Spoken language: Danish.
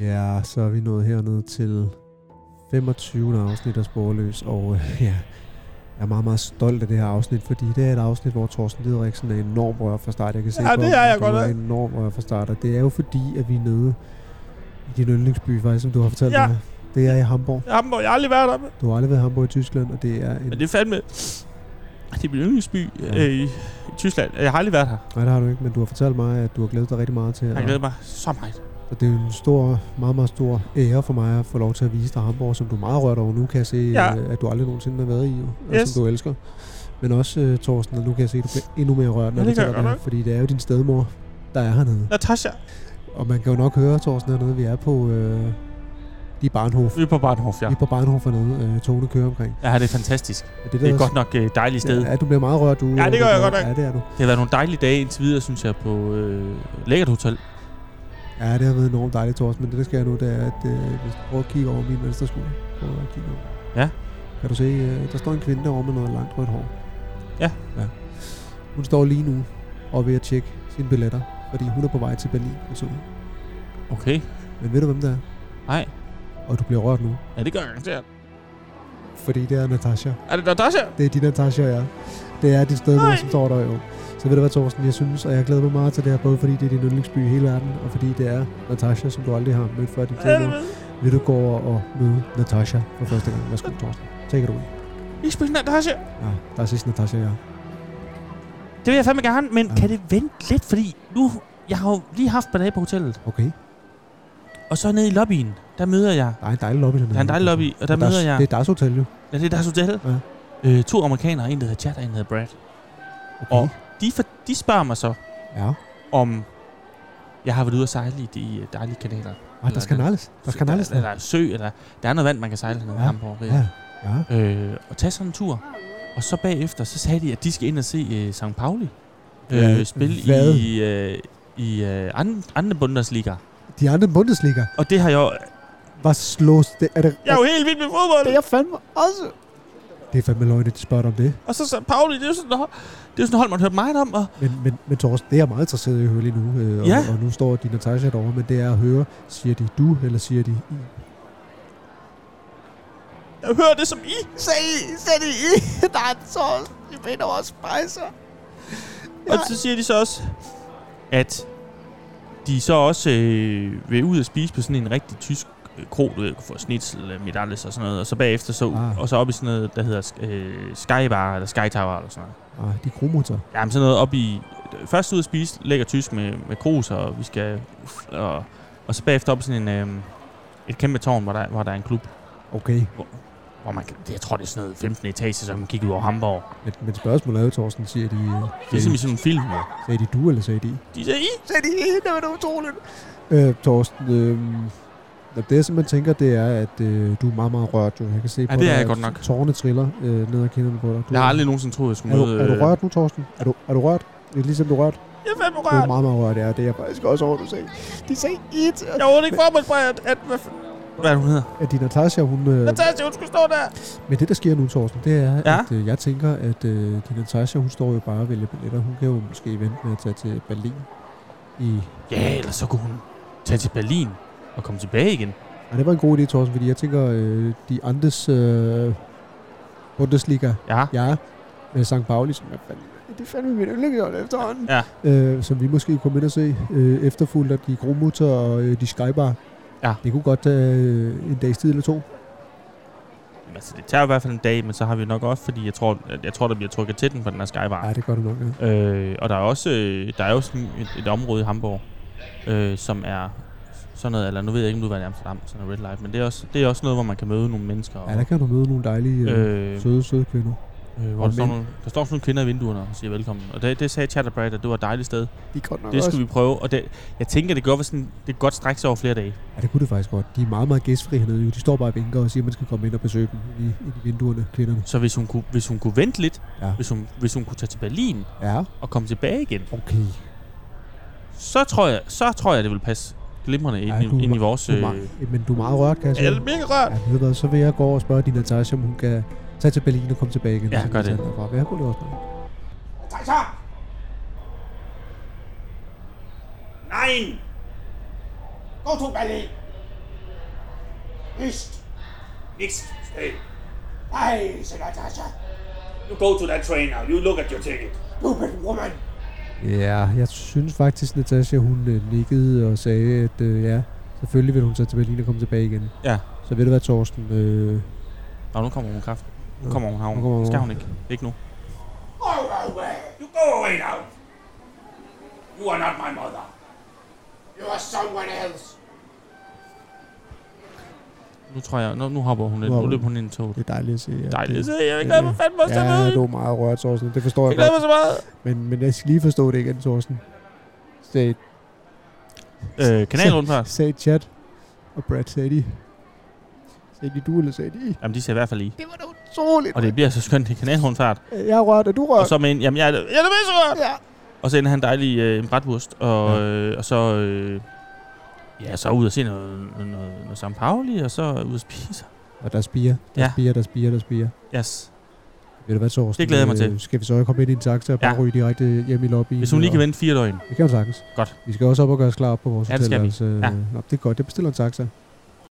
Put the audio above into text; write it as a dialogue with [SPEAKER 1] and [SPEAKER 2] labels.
[SPEAKER 1] Ja, så er vi nået hernede til 25. afsnit af Sporløs, og øh, ja, jeg er meget, meget stolt af det her afsnit, fordi det er et afsnit, hvor Thorsten Lideriksen er enormt rør fra start. Jeg kan se,
[SPEAKER 2] Ja,
[SPEAKER 1] på
[SPEAKER 2] det
[SPEAKER 1] ham,
[SPEAKER 2] er
[SPEAKER 1] at
[SPEAKER 2] jeg
[SPEAKER 1] du
[SPEAKER 2] godt
[SPEAKER 1] er
[SPEAKER 2] af.
[SPEAKER 1] enormt rør fra start, og det er jo fordi, at vi er nede i din yndlingsby, faktisk, som du har fortalt
[SPEAKER 2] Ja.
[SPEAKER 1] mig. Det er i Hamburg.
[SPEAKER 2] Hamburg, jeg har aldrig været der. Men
[SPEAKER 1] Du har aldrig været i Hamburg i Tyskland, og det er en...
[SPEAKER 2] det er fandme... Det er min yndlingsby
[SPEAKER 1] Ja.
[SPEAKER 2] øh, i Tyskland. Jeg har aldrig været her.
[SPEAKER 1] Nej, det har du ikke, men du har fortalt mig, at du har glædet dig rigtig meget til
[SPEAKER 2] Jeg
[SPEAKER 1] at...
[SPEAKER 2] har glædet mig så meget.
[SPEAKER 1] Og det er jo en stor, meget, meget stor ære for mig at få lov til at vise dig Hamburg, som du er meget rørt over. Nu kan jeg se,
[SPEAKER 2] Ja.
[SPEAKER 1] ja. at du aldrig nogensinde har været i, jo, og
[SPEAKER 2] Yes.
[SPEAKER 1] som du elsker. Men også, uh, Thorsten, at nu kan jeg se, at du bliver endnu mere rørt, når
[SPEAKER 2] Ja,
[SPEAKER 1] du
[SPEAKER 2] det gør
[SPEAKER 1] taler
[SPEAKER 2] jeg
[SPEAKER 1] det her,
[SPEAKER 2] godt
[SPEAKER 1] fordi det er jo din stedmor, der er hernede.
[SPEAKER 2] Natasha,
[SPEAKER 1] Og man kan jo nok høre, Thorsten, hernede, vi er på øh, de Barnhof.
[SPEAKER 2] vi er på Barnhof, ja.
[SPEAKER 1] Vi er på Barnhof hernede, øh, togene kører omkring.
[SPEAKER 2] Ja, det er fantastisk.
[SPEAKER 1] Er det,
[SPEAKER 2] Det er godt nok øh, dejligt sted.
[SPEAKER 1] Ja, du bliver meget rørt, du.
[SPEAKER 2] Ja, det gør jeg godt nok.
[SPEAKER 1] Ja, det er du.
[SPEAKER 2] Det har været nogle dejlige dage indtil videre, synes jeg, på øh, lækkert hotel.
[SPEAKER 1] Ja, det har været enormt dejligt, Thorsten, men det, der sker nu, det er, at øh, hvis du prøver at kigge over min venstre skulder, prøv at kigge over.
[SPEAKER 2] Ja.
[SPEAKER 1] Kan du se, øh, der står en kvinde derovre med noget langt rødt hår.
[SPEAKER 2] Ja.
[SPEAKER 1] ja. Hun står lige nu og er ved at tjekke sine billetter, fordi hun er på vej til Berlin, hvis hun.
[SPEAKER 2] Okay.
[SPEAKER 1] Men ved du, hvem det er?
[SPEAKER 2] Nej.
[SPEAKER 1] Og du bliver rørt nu,
[SPEAKER 2] Ja, det gør jeg garanteret.
[SPEAKER 1] fordi det er Natasha.
[SPEAKER 2] Er det Natasha?
[SPEAKER 1] Det er din Natasha, ja. Det er dit sted,
[SPEAKER 2] Nej.
[SPEAKER 1] som står der jo. Så ved du hvad, Thorsten, jeg synes, og jeg glæder mig meget til det her, både fordi det er din yndlingsby i hele verden, og fordi det er Natasha, som du aldrig har mødt før i dit liv.
[SPEAKER 2] Helvede.
[SPEAKER 1] Vil du gå over og møde Natasha for første gang? Værsgo, Thorsten. Take it away.
[SPEAKER 2] Ich bin Natasha.
[SPEAKER 1] Ja, der er sidst Natasha, ja.
[SPEAKER 2] Det vil jeg fandme gerne, men
[SPEAKER 1] Ja.
[SPEAKER 2] ja. kan det vente lidt? Fordi nu, jeg har jo lige haft et par dage på hotellet,
[SPEAKER 1] Okay.
[SPEAKER 2] og så nede i lobbyen, der møder jeg.
[SPEAKER 1] Der er en dejlig lobby dernede.
[SPEAKER 2] Der er en dejlig lobby, og der
[SPEAKER 1] Men
[SPEAKER 2] møder
[SPEAKER 1] er-
[SPEAKER 2] jeg...
[SPEAKER 1] Det er deres hotel, jo.
[SPEAKER 2] Ja, det er deres hotel.
[SPEAKER 1] Ja.
[SPEAKER 2] Øh, to amerikanere, en der hedder Chad, og en der hedder Brad.
[SPEAKER 1] Okay.
[SPEAKER 2] Og- De, for, de spørger mig så,
[SPEAKER 1] Ja.
[SPEAKER 2] om jeg har været ude at sejle i de øh, dejlige kanaler.
[SPEAKER 1] Ah, der skal nalles. Der skal nalles.
[SPEAKER 2] der, der, er sø, eller der er noget vand, man kan sejle hernede
[SPEAKER 1] Ja.
[SPEAKER 2] ja. i Hamburg.
[SPEAKER 1] Ja. Ja.
[SPEAKER 2] Ja. Øh, og tage sådan en tur. Og så bagefter, så sagde de, at de skal ind og se øh, St. Pauli. Øh,
[SPEAKER 1] Ja,
[SPEAKER 2] spille
[SPEAKER 1] hvad?
[SPEAKER 2] i, øh, i øh, anden, anden Bundesliga.
[SPEAKER 1] De andre Bundesliga
[SPEAKER 2] Og det har jeg jo...
[SPEAKER 1] var slås. Det er det,
[SPEAKER 2] Jeg er jo helt vild med fodbold!
[SPEAKER 1] det er jeg fandme også. Det er fandme løgn, at de spørger dig om det.
[SPEAKER 2] Og så St. Pauli, det er jo sådan, et hold- det er jo sådan et hold, man hører meget om. Og
[SPEAKER 1] Men, men, men Thorsten, det er jeg meget interesseret i at høre lige nu. Øh, og,
[SPEAKER 2] Ja.
[SPEAKER 1] og, nu står din Natasha derovre, men det er at høre, siger de du, eller siger de I?
[SPEAKER 2] jeg hører det som I.
[SPEAKER 3] Sei, sei de der er en sovs. Jeg mener også spejser.
[SPEAKER 2] Og så siger de så også, at de så også øh, vil ud og spise på sådan en rigtig tysk øh, kro, du ved, for snitsel, medaljes og sådan noget, og så bagefter så,
[SPEAKER 1] Ah.
[SPEAKER 2] ah. og så op i sådan noget, der hedder øh, Skybar, eller Skytower, eller sådan noget.
[SPEAKER 1] Ah, de er kromotor.
[SPEAKER 2] Jamen sådan noget op i, først ud at spise, lækker tysk med, med krus, og vi skal, og, og så bagefter op i sådan en, øh, et kæmpe tårn, hvor der, hvor der er en klub,
[SPEAKER 1] Okay.
[SPEAKER 2] hvor man kan, jeg tror det er sådan noget 15 etage, så man kan kigge ud over Hamburg.
[SPEAKER 1] Men, men spørgsmålet er jo, Thorsten, siger de, øh,
[SPEAKER 2] Det er
[SPEAKER 1] siger de,
[SPEAKER 2] simpelthen sådan en film. jo.
[SPEAKER 1] sagde de du, eller sagde de I?
[SPEAKER 2] De siger, I,
[SPEAKER 3] Sei de det var da utroligt.
[SPEAKER 1] Øh, Torsten, øh, det jeg simpelthen tænker, det er, at øh, du er meget, meget rørt. Jo. Jeg kan se på
[SPEAKER 2] det
[SPEAKER 1] dig,
[SPEAKER 2] er jeg
[SPEAKER 1] at
[SPEAKER 2] godt nok.
[SPEAKER 1] Tårne triller øh, ned ad kinderne på dig. Du,
[SPEAKER 2] jeg har aldrig nogensinde troet, jeg skulle
[SPEAKER 1] er, du,
[SPEAKER 2] møde...
[SPEAKER 1] er du
[SPEAKER 2] øh,
[SPEAKER 1] rørt nu, Torsten? Er du, er du rørt? Det er ligesom du er rørt.
[SPEAKER 2] Jeg er fandme
[SPEAKER 1] Du er
[SPEAKER 2] rørt.
[SPEAKER 1] meget, meget rørt, ja. Det er,
[SPEAKER 3] Jeg skal også over, du sagde. De sagde it.
[SPEAKER 2] Jeg var ikke formålsbrevet, at... Hvad, f- hvad er det, hun hedder?
[SPEAKER 1] at din Natasha, hun... Øh,
[SPEAKER 2] Natasha, hun skulle stå der.
[SPEAKER 1] men det, der sker nu, Torsten, det er,
[SPEAKER 2] Ja?
[SPEAKER 1] at øh, jeg tænker, at øh, din Natasha, hun står jo bare og vælger billetter. Hun kan jo måske vente med at tage til Berlin i...
[SPEAKER 2] Ja, eller så kunne hun tage til Berlin og komme tilbage igen.
[SPEAKER 1] Ej, det var en god idé, Torsten, fordi jeg tænker, øh, de andres øh, Bundesliga,
[SPEAKER 2] Ja.
[SPEAKER 1] ja, øh, St. Pauli, som er
[SPEAKER 3] Det er fandme mit yndlingshold efterhånden.
[SPEAKER 1] øh, som vi måske kunne ind og se, øh, efterfulgt af de gromutter og øh, de skybar.
[SPEAKER 2] Ja.
[SPEAKER 1] Det kunne godt tage øh, en dags tid eller to.
[SPEAKER 2] Jamen, altså, det tager i hvert fald en dag, men så har vi nok også, fordi jeg tror, at- jeg tror der bliver trykket til den på den her skybar.
[SPEAKER 1] Ja, det gør det nok. Ja.
[SPEAKER 2] Øh, og der er også øh, der er jo sådan et, et område i Hamburg, øh, som er sådan noget, eller nu ved jeg ikke, om du var i Amsterdam, sådan noget red light, men det er, også, det er også noget, hvor man kan møde nogle mennesker. Og,
[SPEAKER 1] ja, der kan du møde nogle dejlige, øh,
[SPEAKER 2] øh,
[SPEAKER 1] søde, søde kvinder.
[SPEAKER 2] øh, hvor
[SPEAKER 1] og
[SPEAKER 2] der, står
[SPEAKER 1] mænd.
[SPEAKER 2] nogle, der står sådan nogle kvinder i vinduerne og siger velkommen. Og det, det sagde Chatter Brad, at det var et dejligt sted.
[SPEAKER 3] De er godt nok
[SPEAKER 2] Det
[SPEAKER 3] også.
[SPEAKER 2] skulle vi prøve, og det, jeg tænker, det kan godt, være sådan, det kan godt strække sig over flere dage.
[SPEAKER 1] Ja, det kunne det faktisk godt. De er meget, meget gæstfri hernede. Jo. De står bare og vinker og siger, at man skal komme ind og besøge dem i, i de vinduerne, kvinderne.
[SPEAKER 2] Så hvis hun kunne, hvis hun kunne vente lidt,
[SPEAKER 1] Ja.
[SPEAKER 2] hvis, hun, hvis hun kunne tage til Berlin
[SPEAKER 1] Ja,
[SPEAKER 2] og komme tilbage igen,
[SPEAKER 1] okay.
[SPEAKER 2] så tror jeg, så tror jeg det vil passe glimrende ind,
[SPEAKER 1] Ja, du
[SPEAKER 2] i, ind i
[SPEAKER 1] er-
[SPEAKER 2] vores...
[SPEAKER 1] Du er
[SPEAKER 2] Øh,
[SPEAKER 1] meget, men du er meget rørt, kan jeg sige.
[SPEAKER 2] er mega rørt.
[SPEAKER 1] Ja, ved du hvad, så vil jeg gå over og spørge din Natasha, om hun kan tage til Berlin og komme tilbage igen.
[SPEAKER 2] Ja,
[SPEAKER 1] Så kan
[SPEAKER 2] gør
[SPEAKER 1] vi tage
[SPEAKER 2] det.
[SPEAKER 1] den derfra. Vil jeg kunne det også?
[SPEAKER 3] Natasha!
[SPEAKER 2] Nein!
[SPEAKER 3] Gå to Berlin!
[SPEAKER 4] Hist!
[SPEAKER 5] Next stay.
[SPEAKER 4] Hey, said Natasha.
[SPEAKER 5] You go to that train now. You look at your ticket.
[SPEAKER 4] Stupid woman.
[SPEAKER 1] Ja, jeg synes faktisk, Natasha, hun øh, nikkede og sagde, at øh, ja, selvfølgelig vil hun så til Berlin og komme tilbage igen.
[SPEAKER 2] Ja.
[SPEAKER 1] Så ved du hvad, Torsten? Øh,
[SPEAKER 2] Og nu kommer hun kraft. Nu kommer hun havn.
[SPEAKER 1] Nu kommer hun.
[SPEAKER 2] Skal hun ikke? Ikke nu.
[SPEAKER 4] Go away.
[SPEAKER 5] You go away now. You are not my mother.
[SPEAKER 4] You are someone else.
[SPEAKER 2] Nu tror jeg, nu, nu hopper hun lidt.
[SPEAKER 1] Wow.
[SPEAKER 2] Nu løber hun ind i toget.
[SPEAKER 1] det er dejligt at se. Ja,
[SPEAKER 2] Dejligt.
[SPEAKER 1] det,
[SPEAKER 2] Så jeg glæder mig fandme også.
[SPEAKER 1] ja,
[SPEAKER 2] Ja,
[SPEAKER 1] du er meget rørt, Torsten. Det forstår
[SPEAKER 2] jeg
[SPEAKER 1] jeg
[SPEAKER 2] glæder
[SPEAKER 1] godt.
[SPEAKER 2] mig så meget.
[SPEAKER 1] Men, men jeg skal lige forstå det igen, Torsten. Sagde,
[SPEAKER 2] Øh, kanalrundfart.
[SPEAKER 1] sagde Chad og Brad sagde de. Sagde de du, eller sagde de?
[SPEAKER 2] Jamen, de ser i hvert fald i.
[SPEAKER 3] Det var da utroligt.
[SPEAKER 2] Og det bliver så skønt i kanalrundfart.
[SPEAKER 1] Jeg er rørt, og du er
[SPEAKER 2] Og
[SPEAKER 1] rørt.
[SPEAKER 2] så med en, jamen, jeg, er- jeg er med så godt.
[SPEAKER 3] Ja.
[SPEAKER 2] Og så ender han dejlig øh, en bratwurst, og, øh, og så... Øh, ja, så ud og se noget, noget, noget, noget San Pauli, og så ud og spise.
[SPEAKER 1] Og der spiger, der
[SPEAKER 2] Ja.
[SPEAKER 1] spiger, der spiger, der spiger.
[SPEAKER 2] Yes.
[SPEAKER 1] Ved du hvad, Torsten?
[SPEAKER 2] Det glæder jeg mig til.
[SPEAKER 1] Øh, Skal vi så komme ind i en taxa og bare
[SPEAKER 2] Ja.
[SPEAKER 1] ryge direkte hjem i lobbyen?
[SPEAKER 2] Hvis hun lige kan vente fire døgn.
[SPEAKER 1] Det kan hun sagtens.
[SPEAKER 2] Godt.
[SPEAKER 1] Vi skal også op og gøre os klar op på vores
[SPEAKER 2] Ja, det skal
[SPEAKER 1] hotel, altså.
[SPEAKER 2] Ja.
[SPEAKER 1] Nå, det er godt. Det bestiller en taxa.